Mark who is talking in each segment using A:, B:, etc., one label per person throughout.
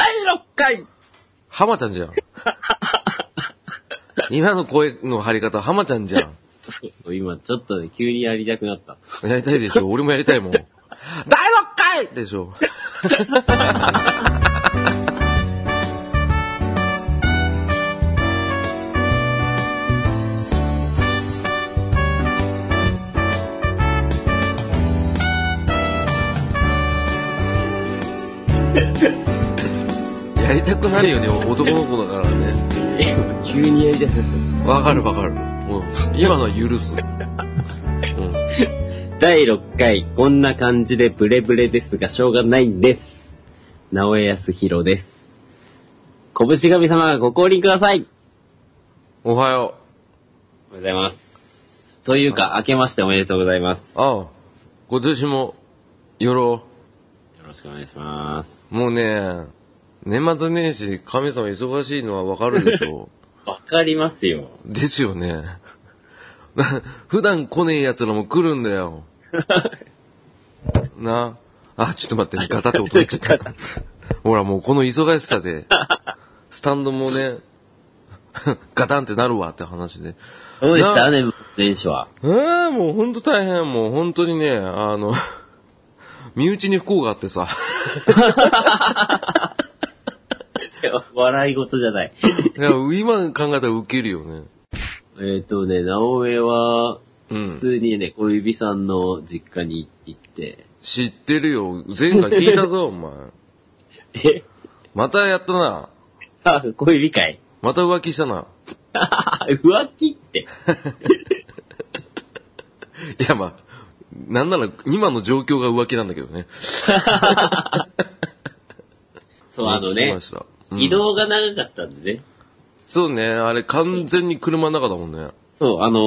A: 早い
B: 浜ちゃんじゃん。今の声の張り方、浜ちゃんじゃん。
C: そうそう、今ちょっとね、急にやりたくなった。
B: やりたいでしょ俺もやりたいもん。第6回でしょやりたくなるよね、男の子だからね。
C: 急にやりたくなっ
B: わかるわかる。うん。今のは許す。うん。
C: た。第6回、こんな感じでブレブレですが、しょうがないんです。直江康弘です。拳神様、ご降臨ください
B: おは
C: お
B: よ
C: はようございます。というか、明けましておめでとうございます。
B: う。ああ、今年も、よろ、
C: よろしくお願いします。
B: もうね、年末年始、神様忙しいのはわかるでしょ
C: わかりますよ。
B: ですよね。 普段来ねえ奴らも来るんだよ。な。あ、ちょっと待って、ガタって音言っちゃった。ほら、もうこの忙しさで、スタンドもね、ガタンってなるわって話で。
C: どうでした年末年始は。
B: ええもうほんと大変、もうほんとにね、あの、 身内に不幸があってさ、
C: 笑い事じゃない。
B: いや今考えたらウケるよね。
C: えっとね、直江は、
B: う
C: 普
B: ん。
C: 通にね、小指さんの実家に行って、
B: 知ってるよ。前回聞いたぞ、お前。
C: え
B: またやったな。
C: あ、小指かい
B: また浮気したな。
C: 浮気 って。
B: いや、まあ、なんなら今の状況が浮気なんだけどね。
C: そう、あの
B: 聞き
C: ね
B: ま、したうん
C: 移動が長かったんでね。
B: そうね、あれ完全に車の中だもんね。
C: そう、あの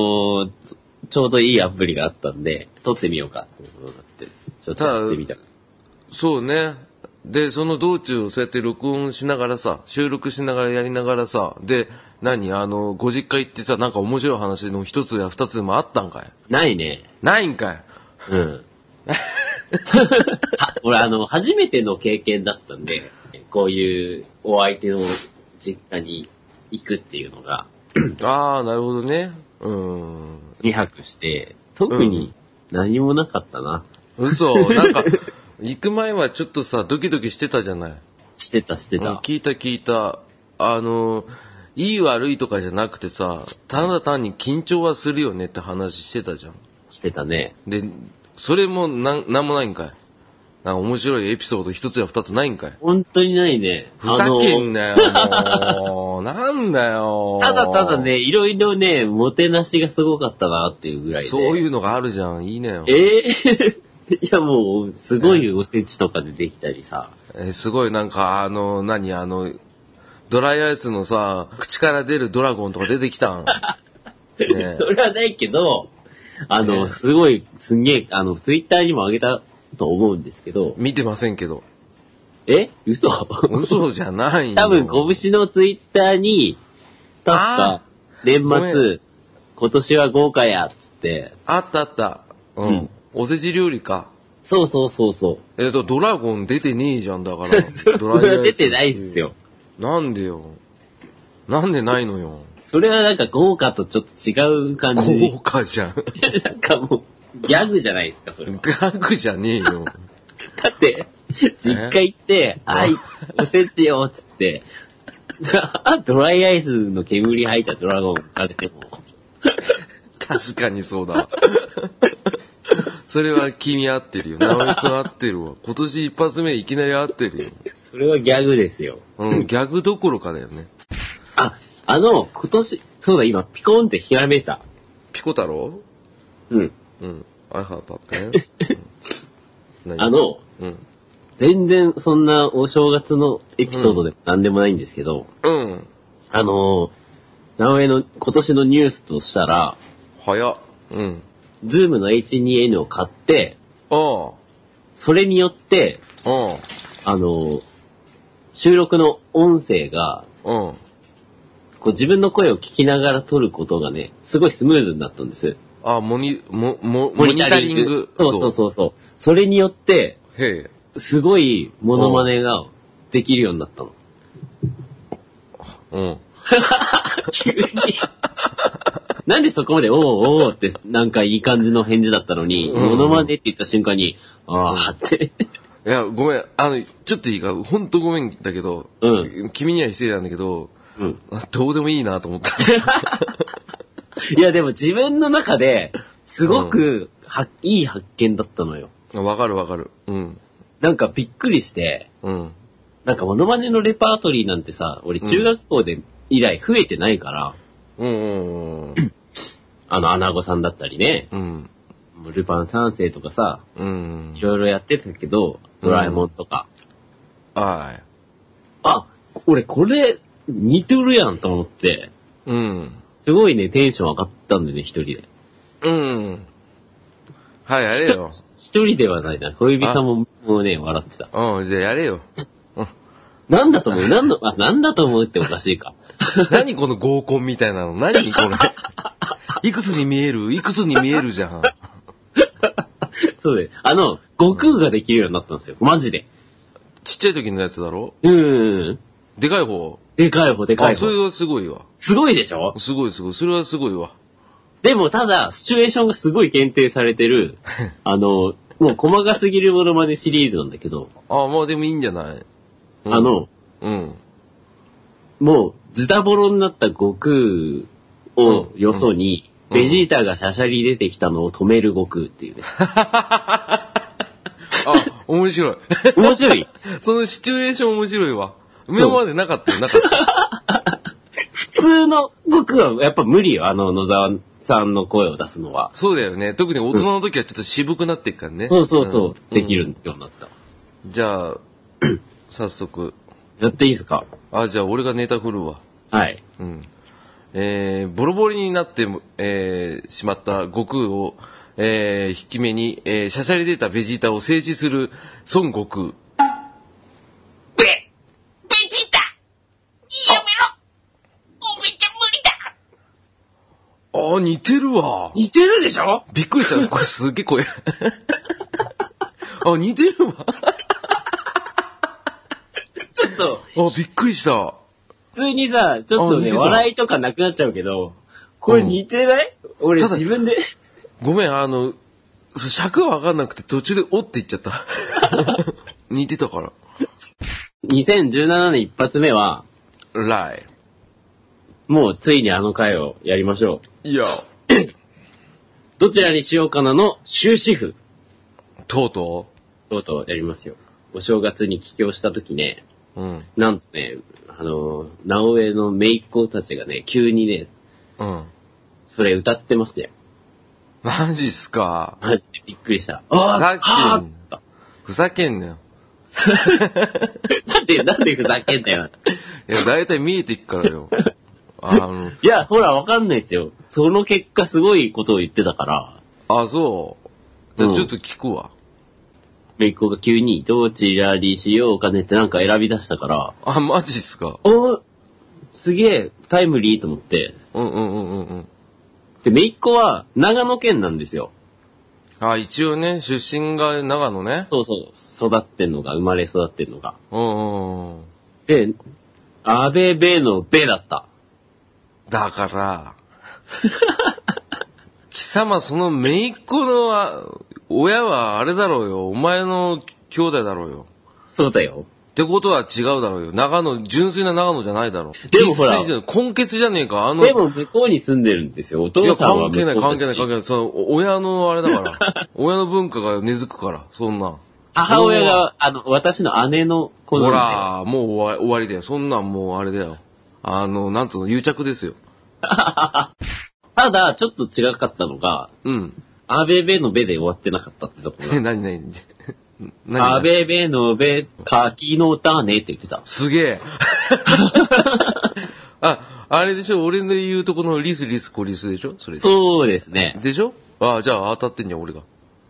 C: ーちちょうどいいアプリがあったんで、撮ってみようかってことになって、ちょっとやってみた。
B: そうね。で、その道中をそうやって録音しながらさ、収録しながらやりながらさ、で、何あの、ご実家行ってさ、なんか面白い話の一つや二つでもあったんかい
C: ないね。
B: ないんかい
C: うん。は俺、あの、初めての経験だったんで、こういうお相手の実家に行くっていうのが、
B: あー、なるほどね。うーん。
C: 2泊して、特に何もなかったな。
B: 嘘、な んか、行く前はちょっとさ、ドキドキしてたじゃない。
C: してた、して
B: うん
C: た。
B: 聞いた聞いた。あの、いい悪いとかじゃなくてさ、ただ単に緊張はするよねって話してたじゃん。
C: してたね。
B: で、それもなん、なんもないんかい。なんか面白いエピソード一つや二つないんかい。
C: 本当にないね。
B: ふざけん
C: ね。
B: なよ、もう。なんだよ。
C: ただただね、いろいろね、もてなしがすごかったなっていうぐらいで。。
B: そういううのがあるじゃん。いいねよ。
C: えー いやもう、すごいおせちとかでできたりさ。
B: えすごいなんか、あの、何、あの、ドライアイスのさ、口から出るドラゴンとか出てき たん。ね
C: それはないけど、あ
B: ね
C: の、
B: え
C: すごい、すんげえ、あの、ツイッターにもあげたと思うんですけど、
B: 見てませんけど。
C: え嘘
B: 嘘じゃないよ。
C: 多分、拳のツイッターに、確か
B: あ、
C: 年
B: ごめ
C: 末
B: ん、
C: 今年は豪華や、つって。
B: あったあった。うん。
C: うん
B: おせち料理か。
C: そうそうそうそう。
B: えっ、と、ドラゴン出てねえじゃんだか ら。
C: それそ
B: ドラ
C: れ
B: イア
C: は
B: イス
C: 出てないんですよ。
B: なんでよ。なんでないのよ。
C: それはなんか豪華とちょっと違う感じ
B: 豪。華じゃん。
C: なんかもう、ギャグじゃないですか、それは。
B: 額じゃねえ よ。
C: だって、実家行って、はい、おせちよ、つって、 ドライアイスの煙吐いたドラゴン食べても、
B: 確かにそうだ。それは君合ってるよ。直江君合ってるわ。今年一発目いきなり合ってるよ。
C: それはギャグですよ。
B: うん、ギャグどころかだよね。
C: あ、あの、今年、そうだ、今、ピコンってひらめいた。
B: ピコ太郎
C: うん。
B: うん。I have a pen. うん何
C: あ、の、
B: うん。
C: 全然そんなお正月のエピソードでも何でもないんですけど、
B: うん。
C: あの、直江の今年のニュースとしたら、
B: 早っ。うん。
C: ズームの H2N を買って、
B: ああ。
C: それによって、
B: うん。
C: あの、収録の音声が、
B: うん。
C: こう自分の声を聞きながら撮ることがね、すごいスムーズになったんです。
B: あ、モニ、モ、モ、モニタリング。
C: そうそうそうそう。それによって、
B: う。へえ。
C: すごいモノマネができるようになったの。
B: うん。
C: 急に。 なんでそこまで、おーおーって、なんかいい感じの返事だったのに、
B: うん
C: モノマネって言った瞬間に、あーって。
B: いや、ごめん。あの、ちょっといいか、ほんとごめんだけど、
C: うん
B: 君には失礼なんだけど、
C: うん。
B: あどうでもいいなと思った。
C: いや、でも自分の中で、すごく、は、いい発見だったのよ。
B: わかるわかる。うん。
C: なんかびっくりして、
B: うん。
C: なんかモノマネのレパートリーなんてさ、俺中学校で以来増えてないから、
B: うんうんうん。
C: あの、アナゴさんだったりね、
B: うん。
C: ルパン三世とかさ、
B: うん
C: い。ろいろやってたけど、ドラえもんとか。
B: はい。
C: あ、俺これ、似てるやんと思って、
B: うん。
C: すごいね、テンション上がったんでね、一人で。
B: うん。はい、や れよ。
C: 一人ではないな、小指さんも、もうね、笑ってた。
B: うん、じゃあやれよ。うん。
C: なんだと思うなんの、あ、なんだと思うっておかしいか。
B: 何この合コンみたいなの何これ。いくつに見えるいくつに見えるじゃん。
C: そうで、あの、悟空ができるようになったんですよ、マジで。
B: ちっちゃい時のやつだろ
C: うーん。
B: でかい方。
C: でかい方、でかい
B: あ、そ
C: 方
B: れ。はすごいわ。
C: すごいでしょ
B: すごいすごい。それはすごいわ。
C: でもただ、シチュエーションがすごい限定されてる、 あの、もう細かすぎるものまねシリーズなんだけど、
B: あ、まあでもいいんじゃない、うん
C: あ、の、
B: うん。
C: もうズタボロになった悟空をよそに、
B: うんうん
C: ベジータがシャシャリ出てきたのを止める悟空っていうね。
B: あ、面白い。
C: 面白い
B: そのシチュエーション面白いわ。今までなかったよ、なかった。
C: 普通の悟空はやっぱ無理よ、あの野沢さんの声を出すのは。
B: そうだよね。特に大人の時はちょっと渋くなっていくからね。
C: そうそうそう、
B: ん
C: できるようになった。
B: うん じゃあ、早速。
C: やっていいですか
B: あ、じゃあ俺がネタ振るわ。
C: はい。
B: うん。えー、ボロボロになっても、えー、しまった悟空を、えー、引き目に、えー、シャシャリ出たベジータを制止する孫悟空。
C: で
A: ベジータやめろおめちゃ無理だ
B: あー、似てるわ。
C: 似てるでしょ
B: びっくりした。これすげえ声。あ、似てるわ。
C: ちょっと、
B: あ、びっくりした。
C: 普通にさ、ちょっと
B: あ似て
C: ね、
B: た
C: 笑いとかなくなっちゃうけど、これ似てない、俺
B: ただ
C: 自分で、
B: ごめん、あの、そう尺がわかんなくて途中でおって言っちゃった。似てたから。
C: 2017年一発目は、
B: ライ。
C: もうついにあの回をやりましょう。
B: いや。
C: どちらにしようかなの終止符。
B: とうと
C: とうとうやりますよ。お正月に帰郷した時ね、
B: ううん。
C: なんとね、あの、直江の姪っ子たちがね、急にね、
B: うん。
C: それ歌ってましたよ。
B: マジっすか。
C: マジでびっくりした。ああ
B: さっき
C: は
B: ふざけんなよ。
C: ー なんで、なんでふざけんだよ。
B: いや、だいたい見えていくからよ。あの、
C: いや、ほら、わかんないですよ。その結果すごいことを言ってたから、
B: あ、そう。じゃ
C: う
B: あ
C: ん
B: ちょっと聞くわ。
C: めいっ子が急に、どちらにしようかねってなんか選び出したから、
B: あ、マジっすか。
C: おーすげえ、タイムリーと思って。
B: うんうんうんうんうん。
C: で、めいっ子は、長野県なんですよ。
B: あ、一応ね、出身が長野ね。
C: そうそう、育ってんのが、生まれ育ってんのが。
B: うんうんうん。
C: で、アベベのベだった。
B: だから、貴様その姪っ子のあ親はあれだろうよ。お前の兄弟だろうよ。
C: そうだよ。
B: ってことは違うだろうよ。長野、純粋な長野じゃないだろう。
C: でもほら
B: 生粋じゃない根血じゃねえか。あの、
C: でも、向こうに住んでるんですよ。お
B: い
C: 父
B: や、
C: さんは向
B: 関
C: こ
B: 係
C: う
B: な
C: だ
B: い、
C: し
B: 関係ない、関係ない。その、お親のあれだから。 親の文化が根付くから、そんな。
C: 母親が、あの、私の姉の子
B: ほ
C: なん
B: ら、もう終わ終わりだよ。そんなんもうあれだよ。あの、なんつうの、癒着ですよ。
C: で。ただ、ちょっと違かったのが、
B: うん。
C: アベベのベで終わってなかったって ところ
B: え、なになに
C: が。アベベのベ、柿の種って言ってた。
B: すげ え。あ、あれでしょ俺の言うとこのリスリスコリスでしょそれで。
C: そうですね。
B: でしょあじゃあ当たってんじゃん、俺が。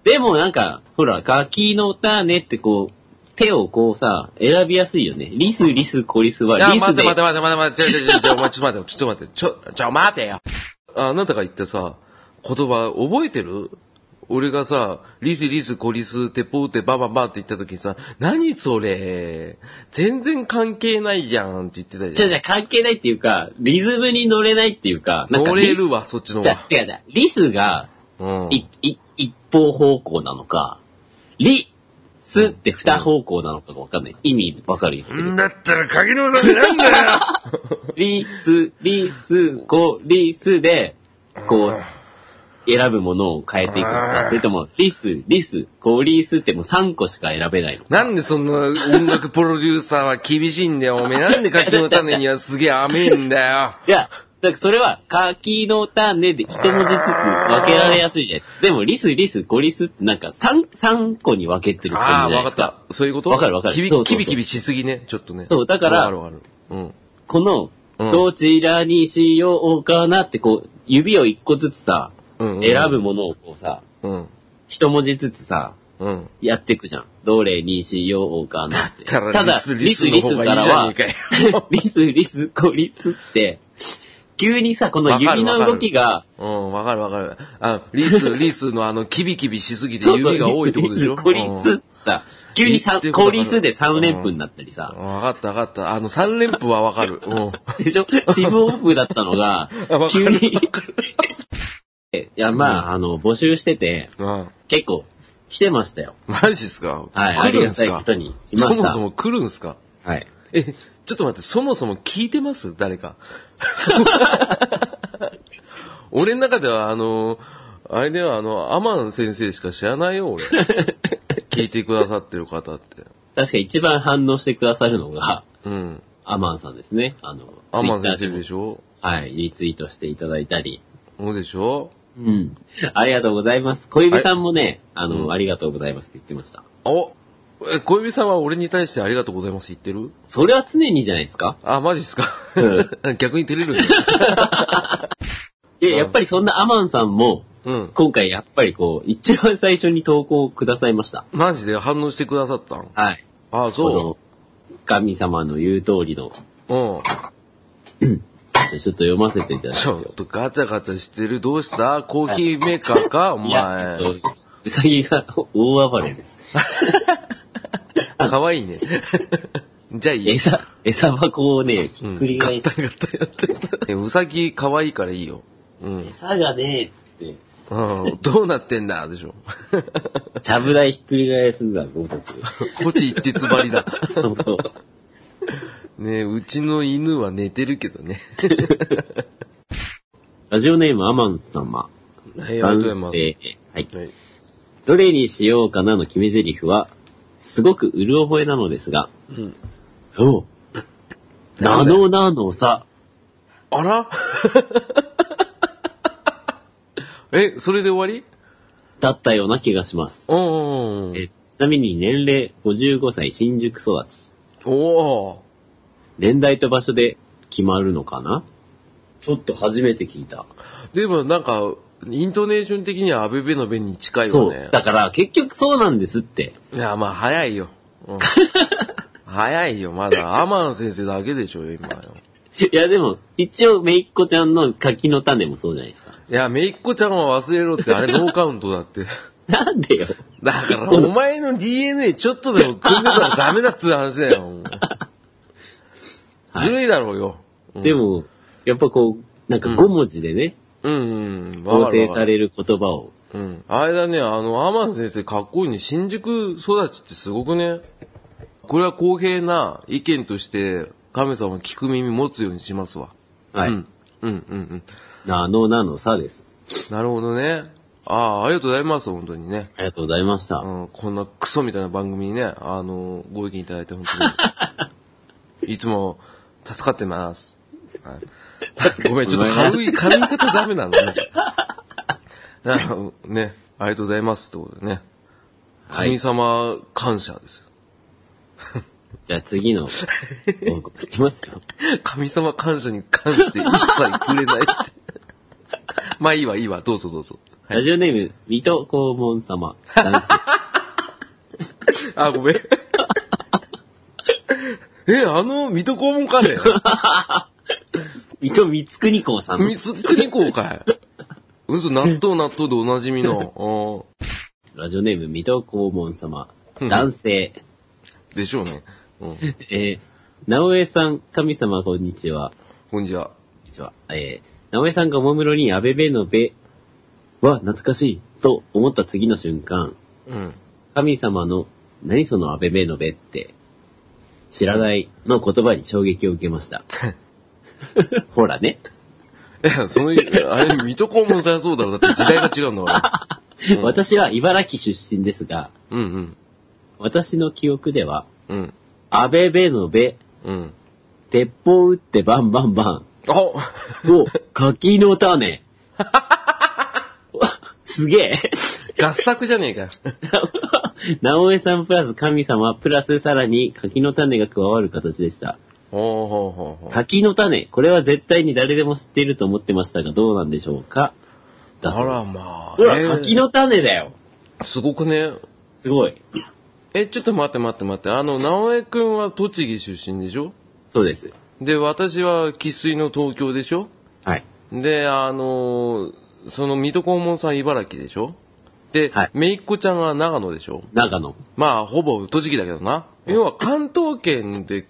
C: でもなんか、ほら、柿の種ってこう、手をこうさ、選びやすいよね。リス、リス、コリスは、
B: いや、
C: リス
B: 待って
C: で。
B: 待って待って待って待って、ちょちょちょ、お前ちょっと待って、ちょっと待って、ちょ、ちょ、待てよ。ああなたが言ったさ、言葉覚えてる俺がさ、リスリスコリス、テポーテバババって言った時にさ、何それ全然関係ないじゃんって言ってた
C: じ
B: じ
C: ゃ
B: ゃ
C: あじゃあ関係ないっていうか、リズムに乗れないっていうか、なん
B: ん。
C: か
B: 乗
C: リ
B: れ
C: ス
B: るわ、そっちの
C: じ
B: 方
C: ゃあ違う違う。リスが、
B: が。うん。
C: い、い、一方方向なのか、リ、スって二方向なのかがわかんない。意味わかる
B: んだったら鍵のさめなんだよ
C: リ、ス、リ、ス、コ、リ、スで、こう、選ぶものを変えていくのか、それとも、リス、リス、コ、リスってもう3個しか選べないのか。
B: なんでそんな音楽プロデューサーは厳しいんだよ、おめえ。なんで柿の種にはすげえ甘えんだよ。
C: いや、だからそれは、柿の種で一文字ずつ分けられやすいじゃないですか。でも、リス、リス、ゴリスってなんか三三個に分けてる
B: ああ
C: 感
B: ー、
C: じじゃないで
B: わかっ
C: すか。
B: た。そういうこと
C: わかるわかる
B: キビ
C: そうそうそ
B: キ
C: う
B: ビキビしすぎね、ちょっとね。
C: そうだから
B: わかるわかる。うん。
C: この、
B: うん
C: どちらにしようかなってこう、指を一個ずつさ、
B: うん、うん。
C: 選ぶものをこうさ、
B: うん。
C: 一文字ずつさ、
B: うん。
C: やっていくじゃん。どれにしようかなって。
B: だったらリス
C: リス、
B: リ
C: リ
B: スの
C: ス
B: 方が
C: か
B: いい
C: ら
B: じゃね
C: は
B: えか よ、
C: リス、リス、ゴリスって、急にさ、この指の動きが、
B: うん、わかるわかる。あ、リ ス、リスのあの、キビキビしすぎて
C: そうそう
B: 指が多いってことでしょ
C: 孤立ってさ、急に
B: 言
C: さ
B: ってるこ
C: 孤
B: とわかる
C: 立で3連符になったり
B: うん
C: さ、
B: わかったわかった。あの、三連符はわかる。うん。
C: でしょ四分音符だったの が
B: あわ、か
C: 急
B: る
C: に。いや、まあ、あの、募集してて、
B: うん。
C: 結構来てましたよ。
B: マジっすか
C: はい、あ
B: 来
C: り
B: るん
C: がた
B: す
C: い
B: か
C: ことにしま
B: そ
C: し
B: も
C: た
B: そ。も来るんすか
C: はい。
B: え、ちょっと待って、そもそも聞いてます誰 か。俺の中では、あの、あれでは、あの、アマン先生しか知らないよ、 俺。聞いてくださってる方って。
C: 確か一番反応してくださるのが、
B: うん。
C: アマンさんですね。あの、
B: アマン先生
C: Twitter
B: でしょ
C: はい、リツイートしていただいたり。
B: そうでしょ
C: うん。ありがとうございます。小指さんもね、あの、
B: うん
C: ありがとうございますって言ってました。
B: おえ、小指さんは俺に対してありがとうございます言ってる
C: それは常にじゃないですか
B: あ、マジっすか、
C: う
B: 逆に照れるんだ。
C: い
B: うん
C: や、やっぱりそんなアマンさんも、
B: うん。
C: 今回やっぱりこう、一番最初に投稿をくださいました。
B: マジで反応してくださったん
C: はい。
B: あ、そ
C: この神様の言う通りの、
B: う。うん。
C: ちょっと読ませていただき
B: ちょ
C: ま
B: っ
C: す。
B: とガチャガチャしてる。どうしたコーヒーメーカーかお
C: いや、
B: 前
C: ちょ。っと、うさぎが大暴れです。
B: かわいいね。 じゃあいい。
C: 餌、餌箱をね、ひ
B: う
C: っ
B: ん。
C: くり
B: ガ
C: 返
B: ッ
C: して、
B: タガッタやっ てる。うさぎかわいいからいいよ。うん。
C: 餌がね、つって、
B: うん。どうなってんだでしょ。
C: ちゃぶ台ひっくり返すんだ、ごとく。
B: こち一徹張り だ。
C: そうそう。
B: ねうちの犬は寝てるけ どね。
C: ラジオネームアマン様。
B: はい、ありがとうございま
C: 男
B: す。
C: 性はい。
B: はい。
C: どれにしようかなの決め台詞は、すごくうる覚えなのですが、
B: うん。
C: おう。
B: な
C: なん
B: だ
C: の
B: よ
C: なのさ。
B: あら え、それで終わり
C: だったような気がします。
B: うんうんうん。
C: えちなみに年齢55歳新宿育ち。
B: おー。
C: 年代と場所で決まるのかなちょっと初めて聞いた。
B: でもなんか、イントネーション的にはアベベの弁に近い
C: そ
B: よね
C: う。。だから結局そうなんですって。
B: いや、まあ早いよ。うん 早いよ、まだ。アマン先生だけでしょ、今よ。
C: いやでも、一応めいっ子ちゃんの柿の種もそうじゃないですか。
B: いや、めいっ子ちゃんは忘れろって、あれノーカウントだって。
C: なんでよ。
B: だから、お前の DNA ちょっとでも組んでたらダメだっつう話だ よ。ずるいだろうよ。うん
C: で、も、やっぱこう、なんか5文字でね、
B: うんうん。わ
C: 構
B: かる
C: 成
B: わか
C: さ
B: る
C: れる言葉を。
B: うん。あれだね、あの、アマン先生かっこいいね。新宿育ちってすごくね。これは公平な意見として、亀さんは聞く耳持つようにしますわ。
C: はい。
B: うん。うんうんうん。
C: あのなのさです。
B: なるほどね。ああ、ありがとうございます、本当にね。
C: ありがとうございました。
B: うん、こんなクソみたいな番組にね、あの、ご意見いただいて本当 に。いつも、助かってます。はい ごめん、ちょっと軽い、軽い方ダメなの ね。あのね、ありがとうございますってことでね。
C: は
B: 神
C: い。
B: 様感謝ですよ。
C: じゃあ次の、報告いきますよ。
B: 神様感謝に関して一切くれないって。 まあいいわ、いいわ、どうぞどうぞ。 は
C: ラ
B: い、
C: ジオネーム、水戸黄門様。男性
B: あ、 ごめん。え、あの、水戸黄門カレー
C: 水戸光圀公さん。
B: 三つ国公かい。うんそ、納豆納豆でおなじみ の、
C: ラジオネーム、水戸黄門様。
B: うん
C: 男性。
B: あーでしょうね。うん。
C: えー、直江さん、神様、こんにちは。
B: こんにちは。
C: こんにちは。えー、直江さんがおもむろに安倍部の部は懐かしいと思った次の瞬間、
B: うん。
C: 神様の何その安倍部の部って、知らないの言葉に衝撃を受けま した。ほらね。
B: いや、その、あれ、水戸黄門さんやそうだろ。だって時代が違うんだかうん
C: 私は茨城出身ですが、
B: ら。うんうん。
C: 私の記憶では、
B: うん。
C: 安倍部の部、
B: うん。
C: 鉄砲撃ってバンバンバン
B: あ
C: を柿の種。 わすげえ。
B: 合作じゃねえかよ。
C: 直江さんプラス神様プラスさらに柿の種が加わる形でした。
B: ほうほうほうほう。
C: 柿の種、これは絶対に誰でも知っていると思ってましたがどうなんでしょうかだ
B: あ
C: そう
B: ら
C: です
B: まあ。
C: ほら、
B: えー
C: 柿の種だよ。
B: すごくね。
C: すごい。
B: え、ちょっと待って待って待って。あの、直江くんは栃木出身でしょ
C: そうです。
B: で、私は生粋の東京でしょ
C: はい。
B: で、あのーその水戸黄門さん茨城でしょで、
C: はい
B: めいっ子ちゃんが長野でしょ
C: 長野。
B: まあ、ほぼ栃木だけどな。要は関東圏で、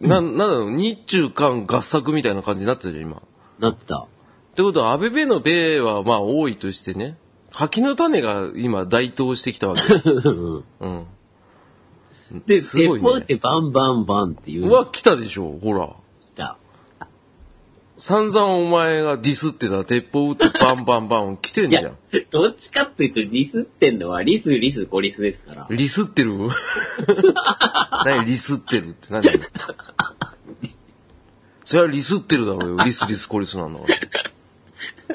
B: な、なんだろう、日中韓合作みたいな感じになってるじゃん、今。
C: なってた。
B: ってことは、安倍部の米はまあ多いとしてね、柿の種が今台頭して きたわけ。うん。
C: で、
B: すごいね
C: 鉄砲撃ってバンバンバンっていう
B: う
C: の
B: わ、
C: が
B: 来たでしょ、ほら。
C: 来た。
B: 散々お前がディスってた鉄砲撃ってバンバンバン来てん
C: い
B: じゃ
C: や
B: ん。、
C: どっちかっていうとリスってんのはリス、リス、ゴリスですから。
B: リスってる何リスってるって何それはリスってるだろうよ。リスリスコリスなんだ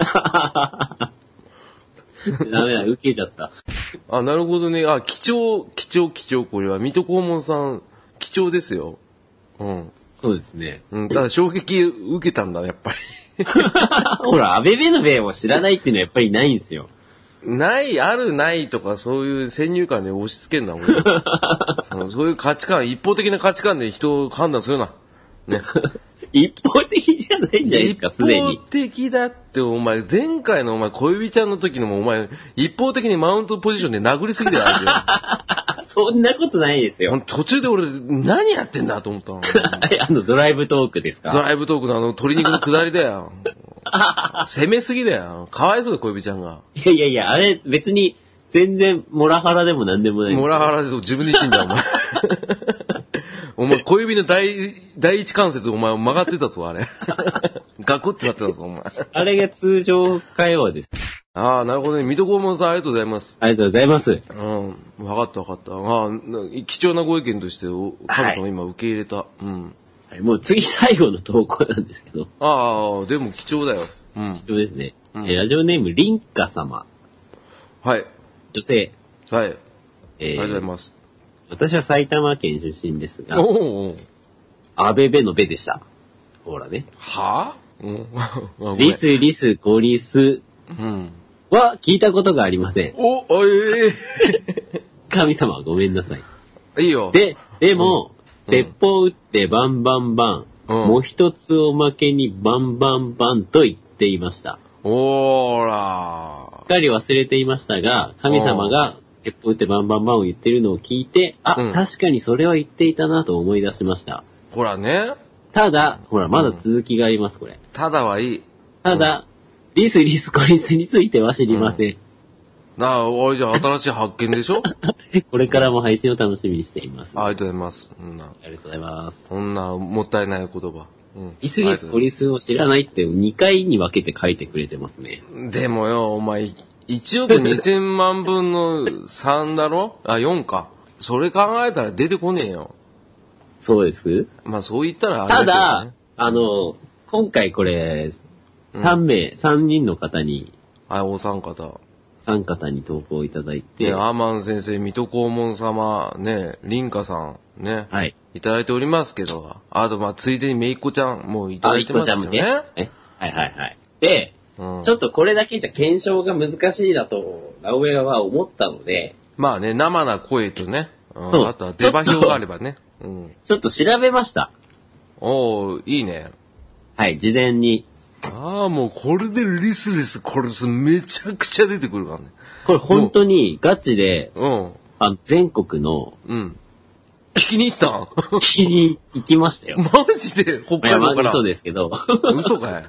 B: から。
C: ダメだ、受けちゃった。
B: あ、なるほどね。あ、貴重、貴重、貴重、これは。水戸黄門さん、貴重ですよ。うん。
C: そうですね。
B: うん、ただ衝撃受けたんだ、やっぱり。
C: ほら、アベベのベを知らないっていうのはやっぱりないんですよ。
B: ない、ある、ないとか、そういう先入観で押し付けんな、俺。そのそういう価値観、一方的な価値観で人を判断するな。ね。
C: 一方的じゃないんじゃないです
B: 一
C: か、すで
B: 方
C: に。
B: 的だって、お前、前回のお前、小指ちゃんの時のも、お前、一方的にマウントポジションで殴りすぎてる あ
C: あそんなことないです
B: れよ。
C: よ。
B: 途中で俺、何やってんだと思 ったの。
C: えあの、ドライブトークです
B: ド
C: か
B: ライブトークのあの、鶏肉の下りだよ。攻めすぎだよ。かわいそうだ、小指ちゃんが。
C: いやいやいや、あれ、別に、全然、モラハラでも何でもないんです
B: モ
C: よ。
B: ラハラで自分で言ってんだよ、お前。 お前、小指の第第一関節、お前曲がってたぞ、あれ。 ガクってなってたぞ、お前。
C: あれが通常会話です。
B: ああ、なるほどね。水戸黄門さん、ありがとうございます。
C: ありがとうございます。
B: うん。分かった分かった。ああな、貴重なご意見として、お神様今受け入れた。うん。
C: はいもう次最後の投稿なんですけど。
B: ああ、でも貴重だよ。うん。
C: そうですね。
B: うん
C: えーラジオネーム、リンカ様。
B: はい。
C: 女性。
B: はい。あり
C: えー
B: がとうございます。
C: 私は埼玉県出身ですが、
B: おお。
C: 安倍部の部でした。ほらね。
B: はあうん。 あごめん
C: リス、リス、ゴリス
B: うん。
C: は聞いたことがありません。
B: お、あえ
C: 神様はごめんなさい。
B: えいいよ。
C: で、でも、
B: うん
C: 鉄砲撃ってバンバンバン、
B: うん
C: もう一つおまけにバンバンバンと言っていました。
B: おーら
C: すっかり忘れていましたが、神様が鉄砲撃ってバンバンバンを言ってるのを聞いて、あ、
B: うん
C: 確かにそれは言っていたなと思い出しました。
B: ほらね。
C: ただ、ほら、まだ続きがあります、これ。
B: ただはいい。
C: ただ、リス、リス、コリスについては知りません。
B: なあ、あれじゃあ新しい発見で しょ
C: これからも配信を楽しみにしています。
B: あ
C: あ
B: りがとうございます。そんな、
C: りがとうございます。
B: そんな、もったいない言葉。うん。
C: リス、リス、コリスを知らないって2回に分けて書いてくれてますね。
B: でもよ、お前、1億2000 万分の3だろあ、4か。それ考えたら出てこねえよ。
C: そうです。
B: まあ、そう言ったらあ
C: た
B: れだけど、ね。
C: だ、あの、今回これ、3名、3人の方に、
B: あ、お三方。
C: 3方に投稿いただいて、
B: ね、
C: は
B: アーマン先生、水戸黄門様、ね、リンカさん、ね、
C: い。
B: いただいておりますけど、あと、まあ、ついでにめいっ子ちゃん、もういただいて
C: あ、
B: ま
C: 一個ち
B: すけ
C: ゃ
B: ど
C: んも
B: ね。
C: ね。はいはいはい。で、
B: うん、
C: ちょっとこれだけじゃ検証が難しいなと、直江は思ったので、ま
B: まあね、生な声とね、うん
C: そう
B: あとは出場表があればね。うん。
C: ちょっと調べました。
B: おー、いいね。
C: はい、事前に。
B: ああ、もうこれでリスリス殺すめちゃくちゃ出てくるからね。
C: これ本当にガチで、
B: うん。
C: あの、全国の
B: うん。気に入ったん
C: 気に行きましたよ。
B: マジで北
C: いや、
B: 海
C: ま
B: 道から。
C: あ、そうですけど。
B: 嘘 かい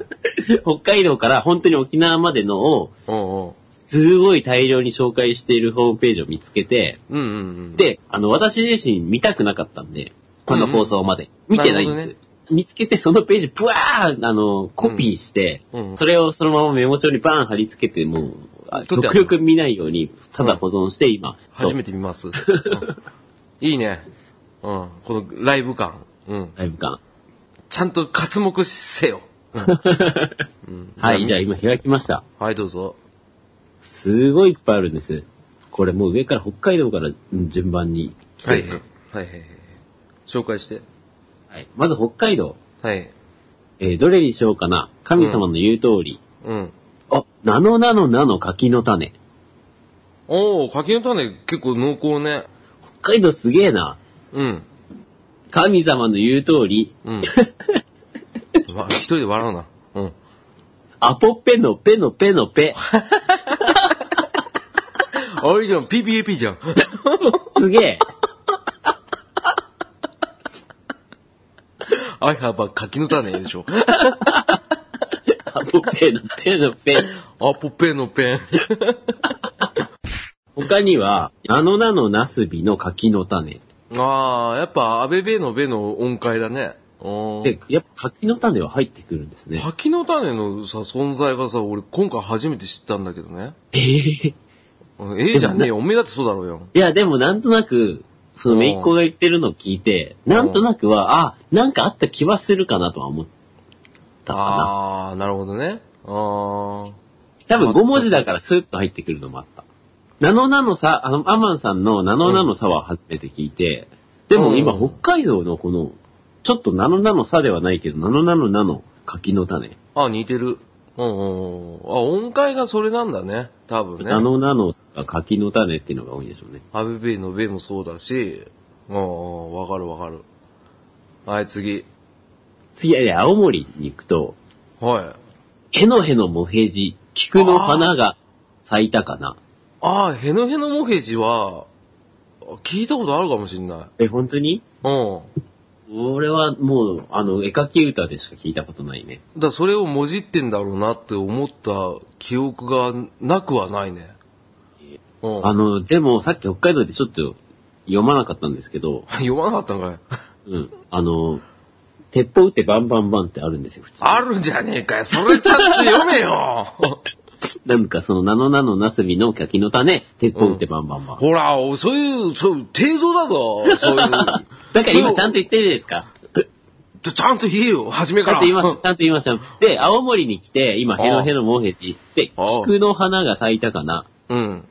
C: 北海道から本当に沖縄までのを、
B: うんうん。
C: すごい大量に紹介しているホームページを見つけて、
B: うんうんうん。、
C: で、あの、私自身見たくなかったんで、この放送まで。見てないんで
B: な
C: す。
B: るほ
C: 見つけて、そのページ、ブワーあの、コピーして、
B: うんうん
C: それをそのままメモ帳にバーン貼り付けて、もう、あ
B: 撮ってあ
C: 極
B: る
C: 力見ないように、ただ保存して、今、そう
B: 初めて見ます。うんいいね。うん。このライブ感。うん。
C: ライブ感。
B: ちゃんと活目せよ。 うん。うん
C: はい、じゃあ今開きました。
B: はい、どうぞ。
C: すごいいっぱいあるんです。これもう上から北海道からうん順番に来
B: は
C: て
B: い。
C: る
B: はいはいはい。紹介して。
C: はい。まず北海道。
B: はい。
C: えーどれにしようかな。神様の言う通り。
B: うん。
C: あ、ナノナノナノ柿の種。
B: おー、柿の種結構濃厚ね。
C: 北海道すげえな。
B: うん。
C: 神様の言う通り、
B: うん。わ一人で笑うな。うん。
C: アポペのペのペのペ。
B: あれじゃん、PPAP じゃん。
C: すげえ。
B: I have a 柿の種でしょ。
C: アポペのペのペ。
B: あ、ポッペのペン。
C: 他には、ナノナノナスビの柿の種。
B: あー、やっぱ、アベベのベの音階だね。うん
C: で、やっぱ柿の種は入ってくるんですね。
B: 柿の種のさ、存在がさ、俺今回初めて知ったんだけどね。
C: えー
B: うんええじゃねえよ。おめえだってそうだろうよ。
C: いや、でもなんとなく、そのめいっ子が言ってるのを聞いて、なんとなくは、あ、なんかあった気はするかなとは思ったかな。
B: あー、なるほどね。あー。
C: 多分5文字だからスッと入ってくるのもあった。ナノナノさ、あの、アマンさんのナノナノさは初めて聞いて、でも今
B: うん
C: 北海道のこの、ちょっとナノナノさではないけど、ナノナノナノ柿の種。
B: あ、似てる。うんうんうん。あ、音階がそれなんだね。多分
C: ナ
B: ね。
C: ノナノとか柿の種っていうのが多いでしょうね。
B: アベベのベもそうだし。うんうん、わかるわかる。はい、次。
C: 次、え青森に行くと、
B: はい。
C: ヘノヘノモヘジ、菊の花が咲いたかな。
B: あー、ヘノヘノモヘジは、聞いたことあるかもしんない。
C: え、本当に
B: うん。
C: 俺はもう、あの、絵描き歌でしか聞いたことないね。
B: だからそれをもじってんだろうなって思った記憶がなくはないね。うん。
C: あの、でもさっき北海道でちょっと読まなかったんですけど、
B: 読まなかったんかい
C: うん。あの、鉄砲撃ってバンバンバンってあるんですよ、普通。
B: あるんじゃねえかよ。それちゃんと読 めよ。
C: なんかその、ナノナノナスビの柿の種、鉄砲撃ってバンバンバン。
B: ほら、おそういう、そういう、定像だぞ。そういう。
C: だから今ちゃんと言ってるですか
B: ちょちゃんと言えよ、初め
C: ちゃ
B: か
C: んと
B: ら。
C: 言います、ちゃんと言います。ちゃんとで、青森に来て、今、ヘノヘノモヘジ。で、
B: ああ
C: 菊の花が咲いたかな。
B: うん。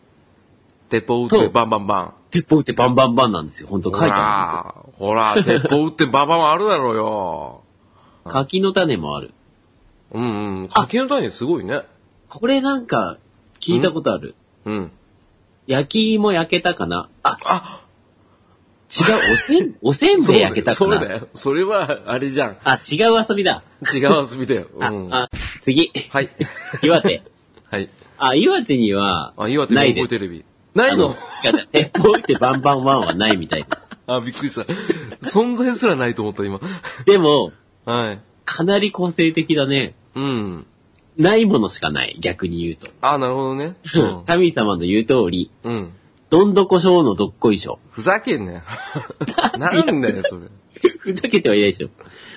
B: 鉄砲撃って
C: と
B: バンバンバン。
C: 鉄砲撃ってバンバンバンなんですよ。ほんと書いてあるんで
B: ほら、ほら鉄砲撃ってバンバンあるだろうよ。
C: すよ。柿の種もある。
B: うんうん。柿の種すごいね。
C: これなんか、聞いたことある。
B: うん。
C: 焼き芋焼けたかなあ、
B: あ、
C: 違う、おせ ん、おせん
B: そう
C: べい
B: だ
C: 焼
B: よ
C: けたかな
B: そうだよ。それは、あれじゃん。
C: あ、違う遊びだ。
B: 違う遊び だよ。う
C: あ、
B: ん。は
C: あ、次。
B: い。
C: 岩手。
B: はい。
C: あ、岩手には、
B: あ、岩手
C: ない
B: 高
C: で
B: 校
C: す
B: テ。レビ。ないの
C: あ違う違う。鉄砲ってバンバンワンはないみたいです。
B: あ、びっくりした。存在すらないと思った、今。
C: でも、
B: はい。
C: かなり個性的だね。
B: うん。
C: ないものしかない、逆に言うと。
B: あ、なるほどね。 うん。
C: 神様の言う通り、
B: うん。
C: どんどこしょうのどっこいしょ。
B: ふざけんなよ。 なんだよ、それ。
C: ふざけてはいないでしょ。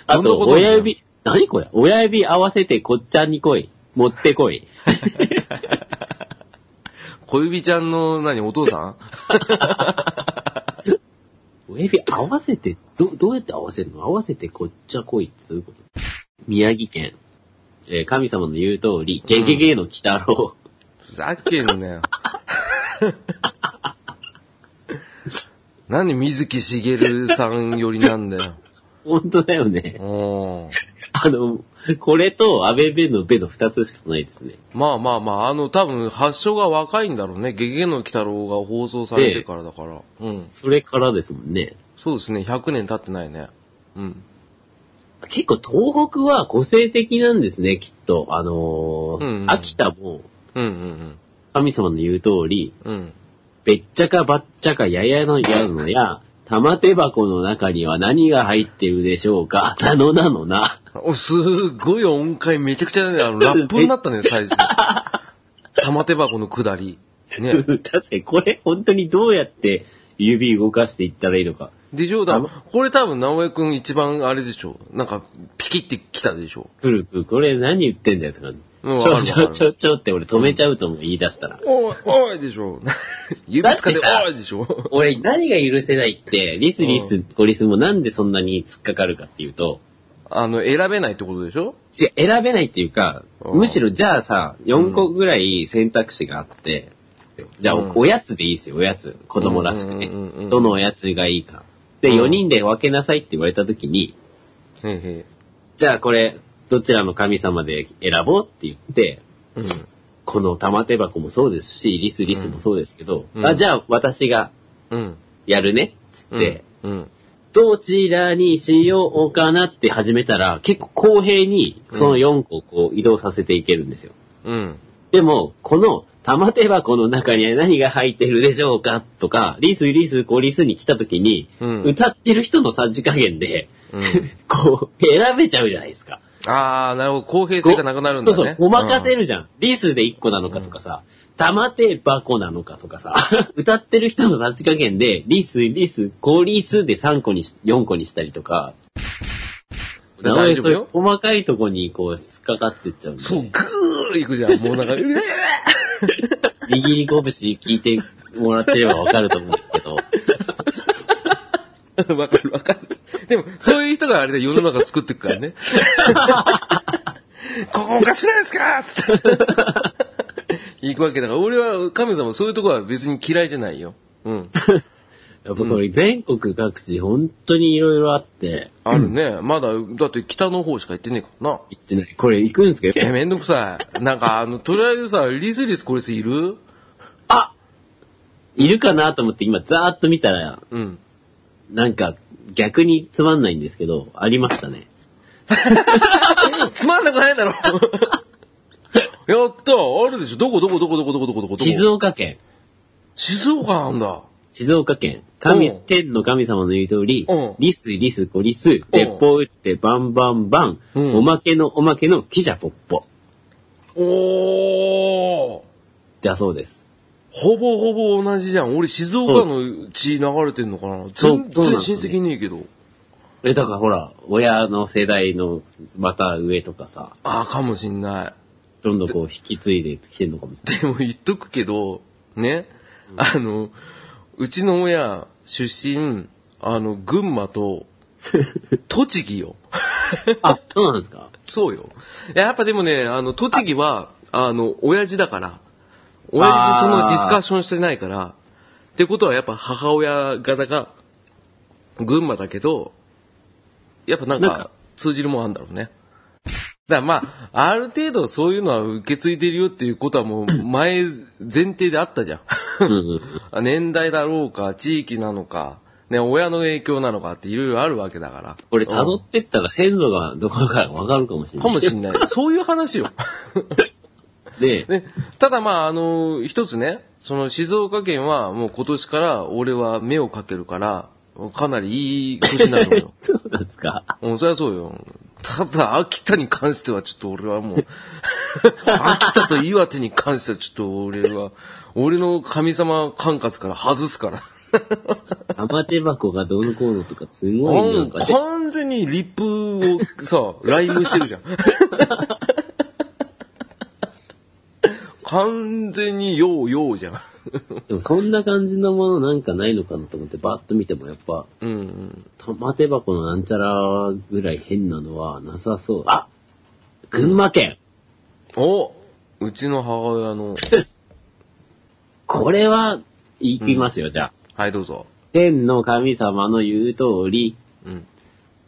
C: あ
B: どんど
C: と、
B: こどんどん
C: 親指、何これ親指合わせてこっちゃんに来い。持ってこ い。
B: 小指ちゃんの、何、お父さん
C: 親指合わせて、ど、どうやって合わせるの合わせてこっちゃ来いってどういうこと宮城県。えー神様の言う通り、ゲゲゲの鬼太郎。
B: ふざけん なよ。何、水木しげるさん寄りなんだ よ。
C: 本当だよね。
B: うん。
C: あの、これと、安倍弁の弁の二つしかないですね。
B: まあまあまあ、あの、多分発祥が若いんだろうね。ゲゲゲの鬼太郎が放送されてからだから。うん。
C: それからですもんね。
B: そうですね、100年経ってないね。うん。
C: 結構東北は個性的なんですね、きっと。あのー
B: うんうん
C: 秋田も、
B: うんうん
C: 神様の言う通り、
B: うん。うん。
C: べっちゃかばっちゃかややのやのや、玉手箱の中には何が入ってるでしょうかなのなのな。
B: お、すごい音階めちゃくちゃだね、あの、ラップにな ったね、最初。玉手箱の下り。ね。
C: 確かにこれ本当にどうやって指動かしていったらいいのか。
B: で、ジョーダ
C: あ
B: ン
C: の、
B: これ多分、直江くん一番あれでしょ。なんか、ピキってきたでしょ。
C: くるくる、これ何言ってんだよとか、ね。
B: うん
C: ちょ
B: わかる
C: ちょ
B: わかる
C: ちょちょって俺止めちゃうと思う、言い出したら。
B: おい、おいでし ょ。指使って
C: だってさ
B: おいでしょ。
C: 俺何が許せないって、リスリ
B: う
C: ス、ゴリスもなんでそんなに突っかかるかっていうと、
B: あの、選べないってことでしょ
C: 違う選べないっていうか、
B: うん
C: むしろじゃあさ、4個ぐらい選択肢があって、じゃあ
B: うん
C: おおやつでいいですよ、おやつ。子供らしくね
B: うんうんうんうん。
C: どのおやつがいいか。で、
B: うん
C: 4人で分けなさいって言われた時に、
B: へいへい。
C: じゃあこれ、どちらの神様で選ぼうって言って、
B: うん。
C: この玉手箱もそうですし、リスリスもそうですけど、
B: うん
C: あじゃあ私が
B: うん。
C: やるね、つって、
B: うん。
C: どちらにしようかなって始めたら、結構公平にその4個をこう移動させていけるんですよ。
B: うん。
C: でも、この玉手箱の中には何が入ってるでしょうかとか、リスリスコリスに来た時に、
B: うん
C: 歌ってる人のさじ加減で、
B: うん。
C: こう、選べちゃうじゃないですか。
B: あー、なるほど。公平性がなくなるんだね。
C: そうそう、ごまかせ
B: る。
C: るじゃん。リスで1個なのかとかさ、玉手箱なのかとかさ、 歌ってる人のさじ加減で、リス、リス、コリスで3個にし、4個にしたりとか、
B: だから大丈夫よ
C: なおそういう細かいとこにこう、突っかかってっちゃうんで。
B: そう、ぐー行くじゃん。もう なんか、うえ
C: 握り拳聞いてもらってればわかると思うんですけど。
B: ー わかるわかる。でも、そういう人があれで世の中作ってくからね。ここおかしくないですかって行くわけだから、俺は神様そういうとこは別に嫌いじゃないよ。うん。
C: やっぱこれ全国各地本当にいろいろあって、
B: あるね。まだ、だって北の方しか行ってねえからな。
C: 行ってない。これ行くんですけど
B: え、めんどくさい。なんか、あの、とりあえずさ、リスリスコリスいる
C: あいるかなと思って今ざーっと見たら、
B: うん。
C: なんか逆につまんないんですけど、ありましたね。
B: つまんなくないだろ。やったあるでしょどこどこどこどこどこどこどこ
C: 静岡県。
B: 静岡なんだ。
C: 静岡県。神、
B: おう
C: 天の神様の言う通り
B: おう、
C: リス、リス、コリス、鉄砲撃って、バンバンバン、
B: うん
C: おまけのおまけの、キジャポッポ。
B: おー
C: だそうです。
B: ほぼほぼ同じじゃん。俺静岡の血流れてんのかな
C: そう
B: 全
C: そうなん
B: 然
C: です
B: 親
C: ね
B: 戚ねえけど。
C: え、だからほら、親の世代の、また上とかさ、
B: ああ、かもしんない。
C: どんどんこう引き継いできてるのかもしれない。
B: でも言っとくけど、ね、あの、うちの親、出身、あの、群 馬と、栃木よ。
C: あ、そうなんですか
B: そうよ。やっぱでもね、あの、栃木は、あの、親父だから、親父とそのディスカッションしてないから、ってことはやっぱ母親方が、群馬だけど、やっぱなん
C: なん
B: か
C: か、
B: 通じるもんあんだろうね。だからまあ、ある程度そういうのは受け継いでるよっていうことはもう 前、前提であったじゃん。
C: うんうん
B: あ年代だろうか、地域なのか、ね、親の影響なのかっていろいろあるわけだから。
C: これ辿
B: うん
C: ってったら先祖がどこかわかるかもしれない。
B: かもしんない。そういう 話よ。
C: で、
B: ね、ただまあ、あの、一つね、その静岡県はもう今年から俺は目をかけるから、かなりいい年に なるのよ。
C: そうなんですか
B: うん、そりゃそうよ。ただ、秋田に関してはちょっと俺はもう、秋田と岩手に関してはちょっと俺は、俺の神様管轄から外すから。
C: 玉手箱がどうのこうのとかすごいな
B: うんん
C: かね。
B: 完全にリップをさ、ライムし てるじゃん。完全にようようじゃん。
C: でもそんな感じのものなんかないのかなと思ってバーッと見てもやっぱ、
B: うんうん。
C: 玉手箱のなんちゃらぐらい変なのはなさそう。あ群馬県
B: おうちの母親 の。
C: これは、いきますよ、じゃあ。
B: はい、どうぞ。
C: 天の神様の言う通り、
B: うん。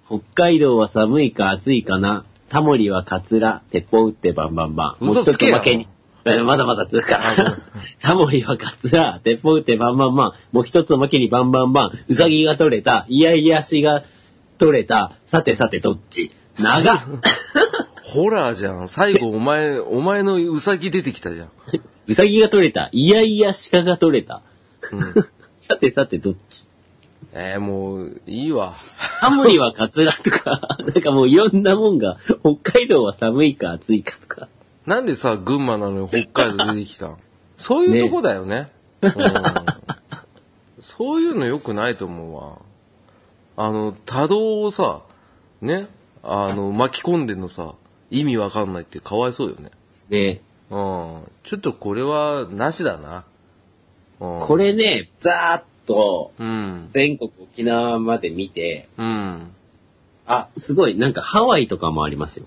C: 北海道は寒いか暑いかな。タモリはカツラ、鉄砲撃ってバンバンバン。
B: 嘘つけよ
C: もう一つおまに。えまだまだ続くか
B: あごめん
C: ら。 タモリはカツラ、鉄砲撃ってバンバンバン。もう一つおまけにバンバンバン。ウサギが取れた、いやいやしが取れた、さてさてどっち長 っ
B: ホラーじゃん。最後、お前、お前のウサギ出てきたじゃん。
C: うさぎが取れた、いやいや鹿が取れた。
B: うん。
C: さてさてどっち
B: えー、もう、いいわ。
C: タモリはカツラとか、なんかもういろんなもんが、北海道は寒いか暑いかとか。
B: なんでさ、群馬なのに北海道出てきたんそういうとこだよね。うん、そういうの良くないと思うわ。あの、多動をさ、ね、あの、巻き込んでんのさ、意味わかんないってかわいそうよね。
C: ね
B: うん。ちょっとこれは、なしだな。うん。
C: これね、ざーっと、
B: うん。
C: 全国沖縄まで見て、
B: うん。
C: あ、すごい、なんかハワイとかもありますよ。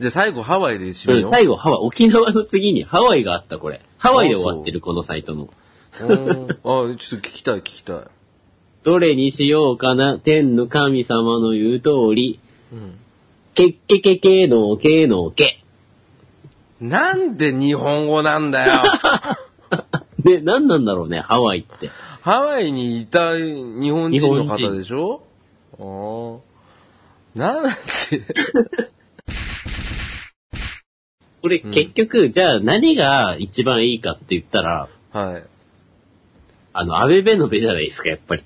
B: じゃあ最後ハワイで締め
C: う
B: よ
C: ん、最後ハワイ、沖縄の次にハワイがあった、これ。ハワイで終わってる、このサイトの。
B: う。うん。あ、ちょっと聞きたい聞きたい。
C: どれにしようかな、天の神様の言う通り、
B: うん。
C: けっけけけのけのけ。
B: なんで日本語なんだ よ。
C: ね、なんなんだろうね、ハワイって。
B: ハワイにいた日本人の方でしょああ。なんて。
C: これ
B: うん
C: 結局、じゃあ何が一番いいかって言ったら、
B: はい。
C: あの、アベベのベじゃないですか、やっぱり。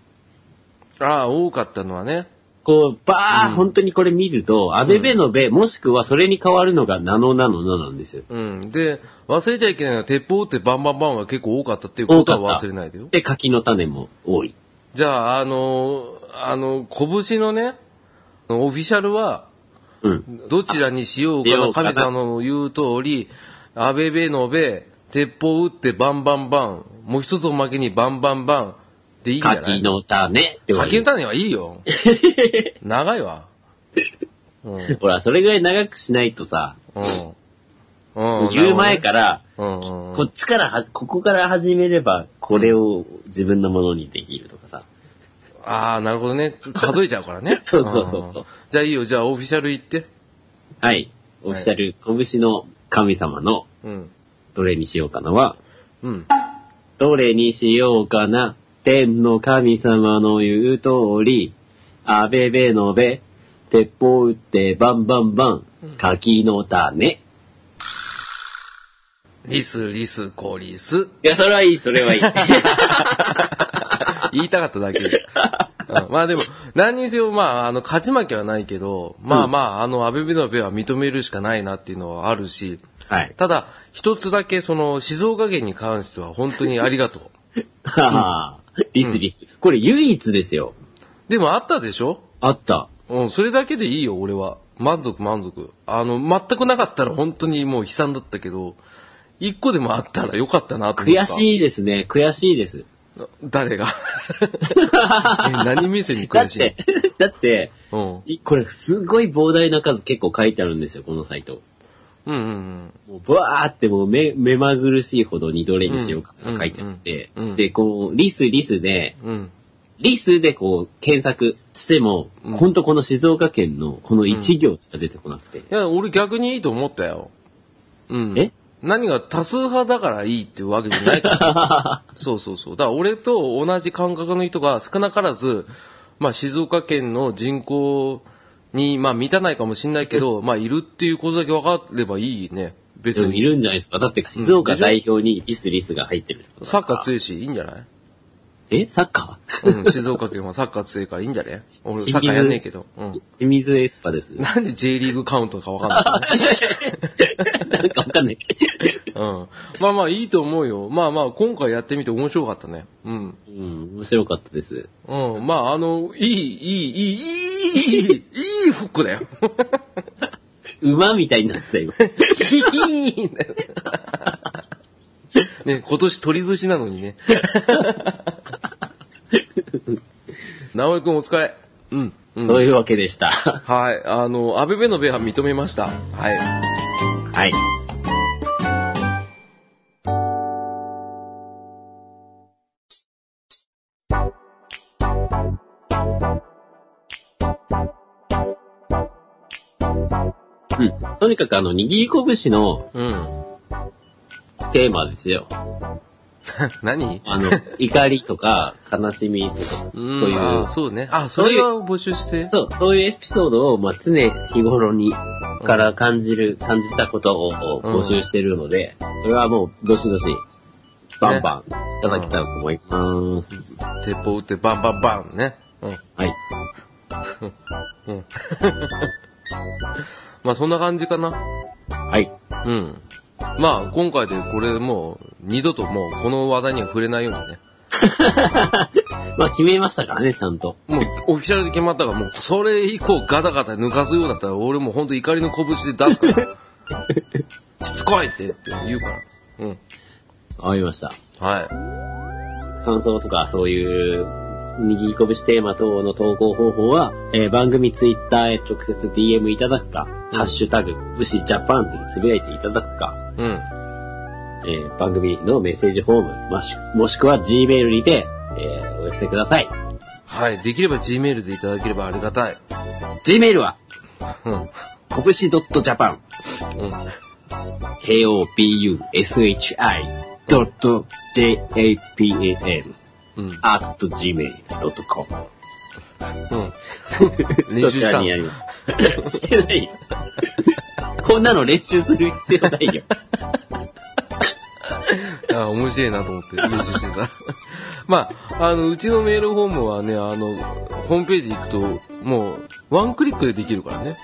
B: ああ、多かったのはね。
C: こう、ばー、
B: うん
C: 本当にこれ見ると、アベベのベ、もしくはそれに変わるのがナノナノナなんですよ。
B: うん。で、忘れちゃいけないのは、鉄砲ってバンバンバンが結構多かったっていうこと
C: 多か
B: は
C: った
B: 忘れないでよ。
C: で、柿の種も多い。
B: じゃあ、あのーあの、拳のね、オフィシャルは、
C: うん。
B: どちらにしようかな、神様の言う通り、アベベのべ、鉄砲撃ってバンバンバン、もう一つおまけにバンバンバンでいいんじゃない
C: 柿の種って言われ
B: 柿
C: る
B: の種はい いよ。長いわ。うん。うん。
C: ほら、それぐらい長くしないとさ、
B: うん。
C: 言う前から、
B: ら。うんうん。
C: こっちからは、ここから始めれば、これを自分のものにできるとかさ。。
B: ああ、なるほどね。数えちゃうからね
C: そうそうそうん
B: じゃあいいよ。じゃあオフィシャル行って。
C: はい。オフィシャル、拳の神様の、
B: うん。
C: どれにしようかなは、
B: うん。
C: どれにしようかな。天の神様の言う通り、あべべのべ、鉄砲撃ってバンバンバン
B: うん、
C: 柿の種。
B: リス、リス、コリス。
C: いや、それはいい、それ はいい。
B: 言いたかっただけ。うんまあでも、何にせよ、まあ、あの、勝ち負けはないけど、まあまあ、あの、アベベのベは認めるしかないなっていうのはあるし、
C: はい。
B: ただ、一つだけ、その、静岡県に関しては本当にありがとう。
C: はぁ、リスリス。これ唯一ですよ。
B: でもあったでしょ
C: あった。
B: うん、それだけでいいよ、俺は。満足、満足。あの、全くなかったら本当にもう悲惨だったけど、一個でもあったらよかったなと思った。
C: 悔しいですね、悔しいです。
B: 誰が え何目線に
C: だ
B: 悔
C: っ
B: しい
C: て、 だって、
B: うん。
C: いこれすごい膨大な数結構書いてあるんですよ、このサイト。
B: うんうん
C: もうバーってもう目、目まぐるしいほど二度れにしようかとか書いてあって
B: うんうんうんう、ん
C: で、こう、リスリスで、
B: うん。うん。
C: リスでこう検索しても、
B: うん
C: ほんとこの静岡県のこの一行しか出てこなくて。
B: いや、俺逆にいいと思ったよ。うん。
C: え
B: 何が多数派だからいいっていうわけじゃな いから。そうそうそう。だから俺と同じ感覚の人が少なからず、まあ静岡県の人口に、まあ満たないかもしんないけど、まあいるっていうことだけ分かればいいね。別
C: でもい
B: に。
C: るんじゃないですかだって静岡代表にリスリスが入ってるってことだ
B: サ
C: か
B: ッカ
C: ら
B: ー強いし、いいんじ ゃない
C: えサッカ
B: うん、静岡県はサッカー強いからいいんじ ゃない俺サッカーやんねえけど。うん
C: ー。清水エスパです。 な
B: なんで J リーグカウントか分かんないけど ね。
C: んかわかん ない。
B: うん。まあまあいいと思うよ。まあまあ今回やってみて面白かったね。うん。
C: うん、面白かったです。
B: うん。まああの、いい、いい、いい、いい、いい、いいフックだよ。
C: 馬みたいになってた今。
B: いいんだよ。ね、今年鳥年なのにね。直江くんお疲れ。うん。うん、
C: そういうわけでした。は
B: はい。あの、アベベのベは認めました。はい。
C: い。うん。とにかくあの、握り拳の
B: うん。
C: テーマですよ。
B: 何
C: あの、怒りとか、悲しみとか、そう
B: うん
C: いう
B: あ、そうね。あ、それは募集して。
C: そう、そういうエピソードを、まあ、常日頃に、から感じる、感じたことを募集してるので、それはもう、どしどし、バンバン、いただきたいと思います。
B: 鉄砲撃ってバンバンバンね。う
C: はい。
B: ん。 うん。まあそんな感じかな。
C: はい。
B: うん。まあ今回でこれもう二度ともうこの話題には触れないようにね。
C: まあ、決めましたからね、ちゃんと。
B: もうオフィシャルで決まったからもうそれ以降ガタガタ抜かすようだったら俺もうほんと怒りの拳で出すから。しつこいってって言うから。うん。
C: わかりました。
B: はい。
C: 感想とか、そういう、握り拳テーマ等の投稿方法は、えー番組ツイッターへ直接 DM いただくか、ハッシュタグ、武士ジャパンってつぶやいていただくか、
B: うん。
C: えー番組のメッセージフォーム、もしもしくは Gmail にて、えーお寄せください。
B: はい。できれば Gmail でいただければありがたい。
C: Gmail は、
B: うん。
C: こぶし .japan、
B: うん。
C: kobushi.japan、
B: うん。
C: at gmail.com。
B: うん。練
C: そち
B: 習し
C: ら
B: た
C: に。やります。してない よ。こんなの練習する必要ないよ。
B: あ面白いなと思って練習してた。 まあ、あの、うちのメールフォームはね、あの、ホームページ行くと、もう、ワンクリックでできるからね。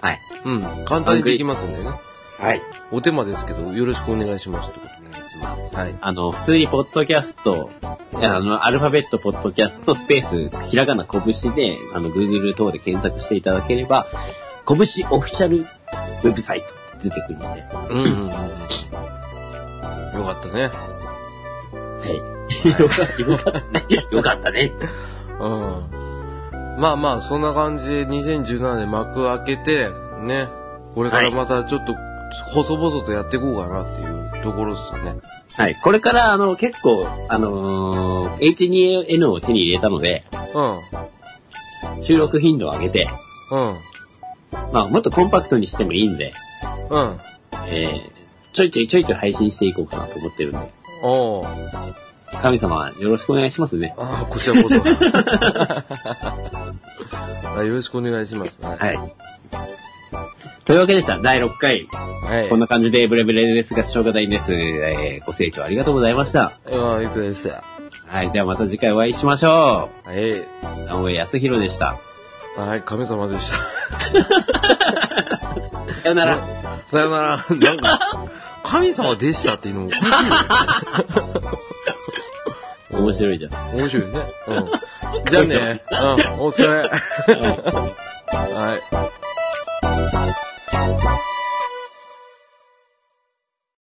C: はい。
B: うん。簡単にできますんでね。
C: はい。
B: お手間ですけど、よろしくお願いしますってこと
C: お願いします。
B: で。はい。
C: あの、普通にポッドキャスト、いやあの、アルファベットポッドキャストスペース、ひらがな拳で、あの、Google 等で検索していただければ、拳オフィシャルウェブサイトって出てくるので、は
B: うんうんうん。よかった ね。
C: い。 よかった、よかったね。よかったね。
B: うん。まあまあ、そんな感じで2017年幕開けて、ね、これからまたちょっと、細々とやっていこうかなっていうところですよね。
C: はい。これから、あの、結構、あのー H2N を手に入れたので、収録頻度を上げて、
B: うん。うん。
C: まあ、もっとコンパクトにしてもいいんで、
B: うん。
C: えー、ちょいちょいちょいちょい配信していこうかなと思ってるんで、
B: おお。
C: 神様、よろしくお願いしますね。
B: ああ、こちらこ そ。あよろしくお願いします。は
C: はい。というわけでした。第6回。
B: い。
C: こん
B: な。
C: な感じで、ブレブレですが、しょうがないです。えーご清聴ありがとうございました。
B: ああ、いいでした。
C: はい。ではまた次回お会いしましょ
B: はい。
C: う。直江康弘でした。
B: はい、神様でした。
C: さよなら。
B: さよなら。なんか、神様でしたっていうのもおかしいよね。
C: 面白いじゃん。
B: 面白いね。うん。じゃあね。うん、お疲れ。はい。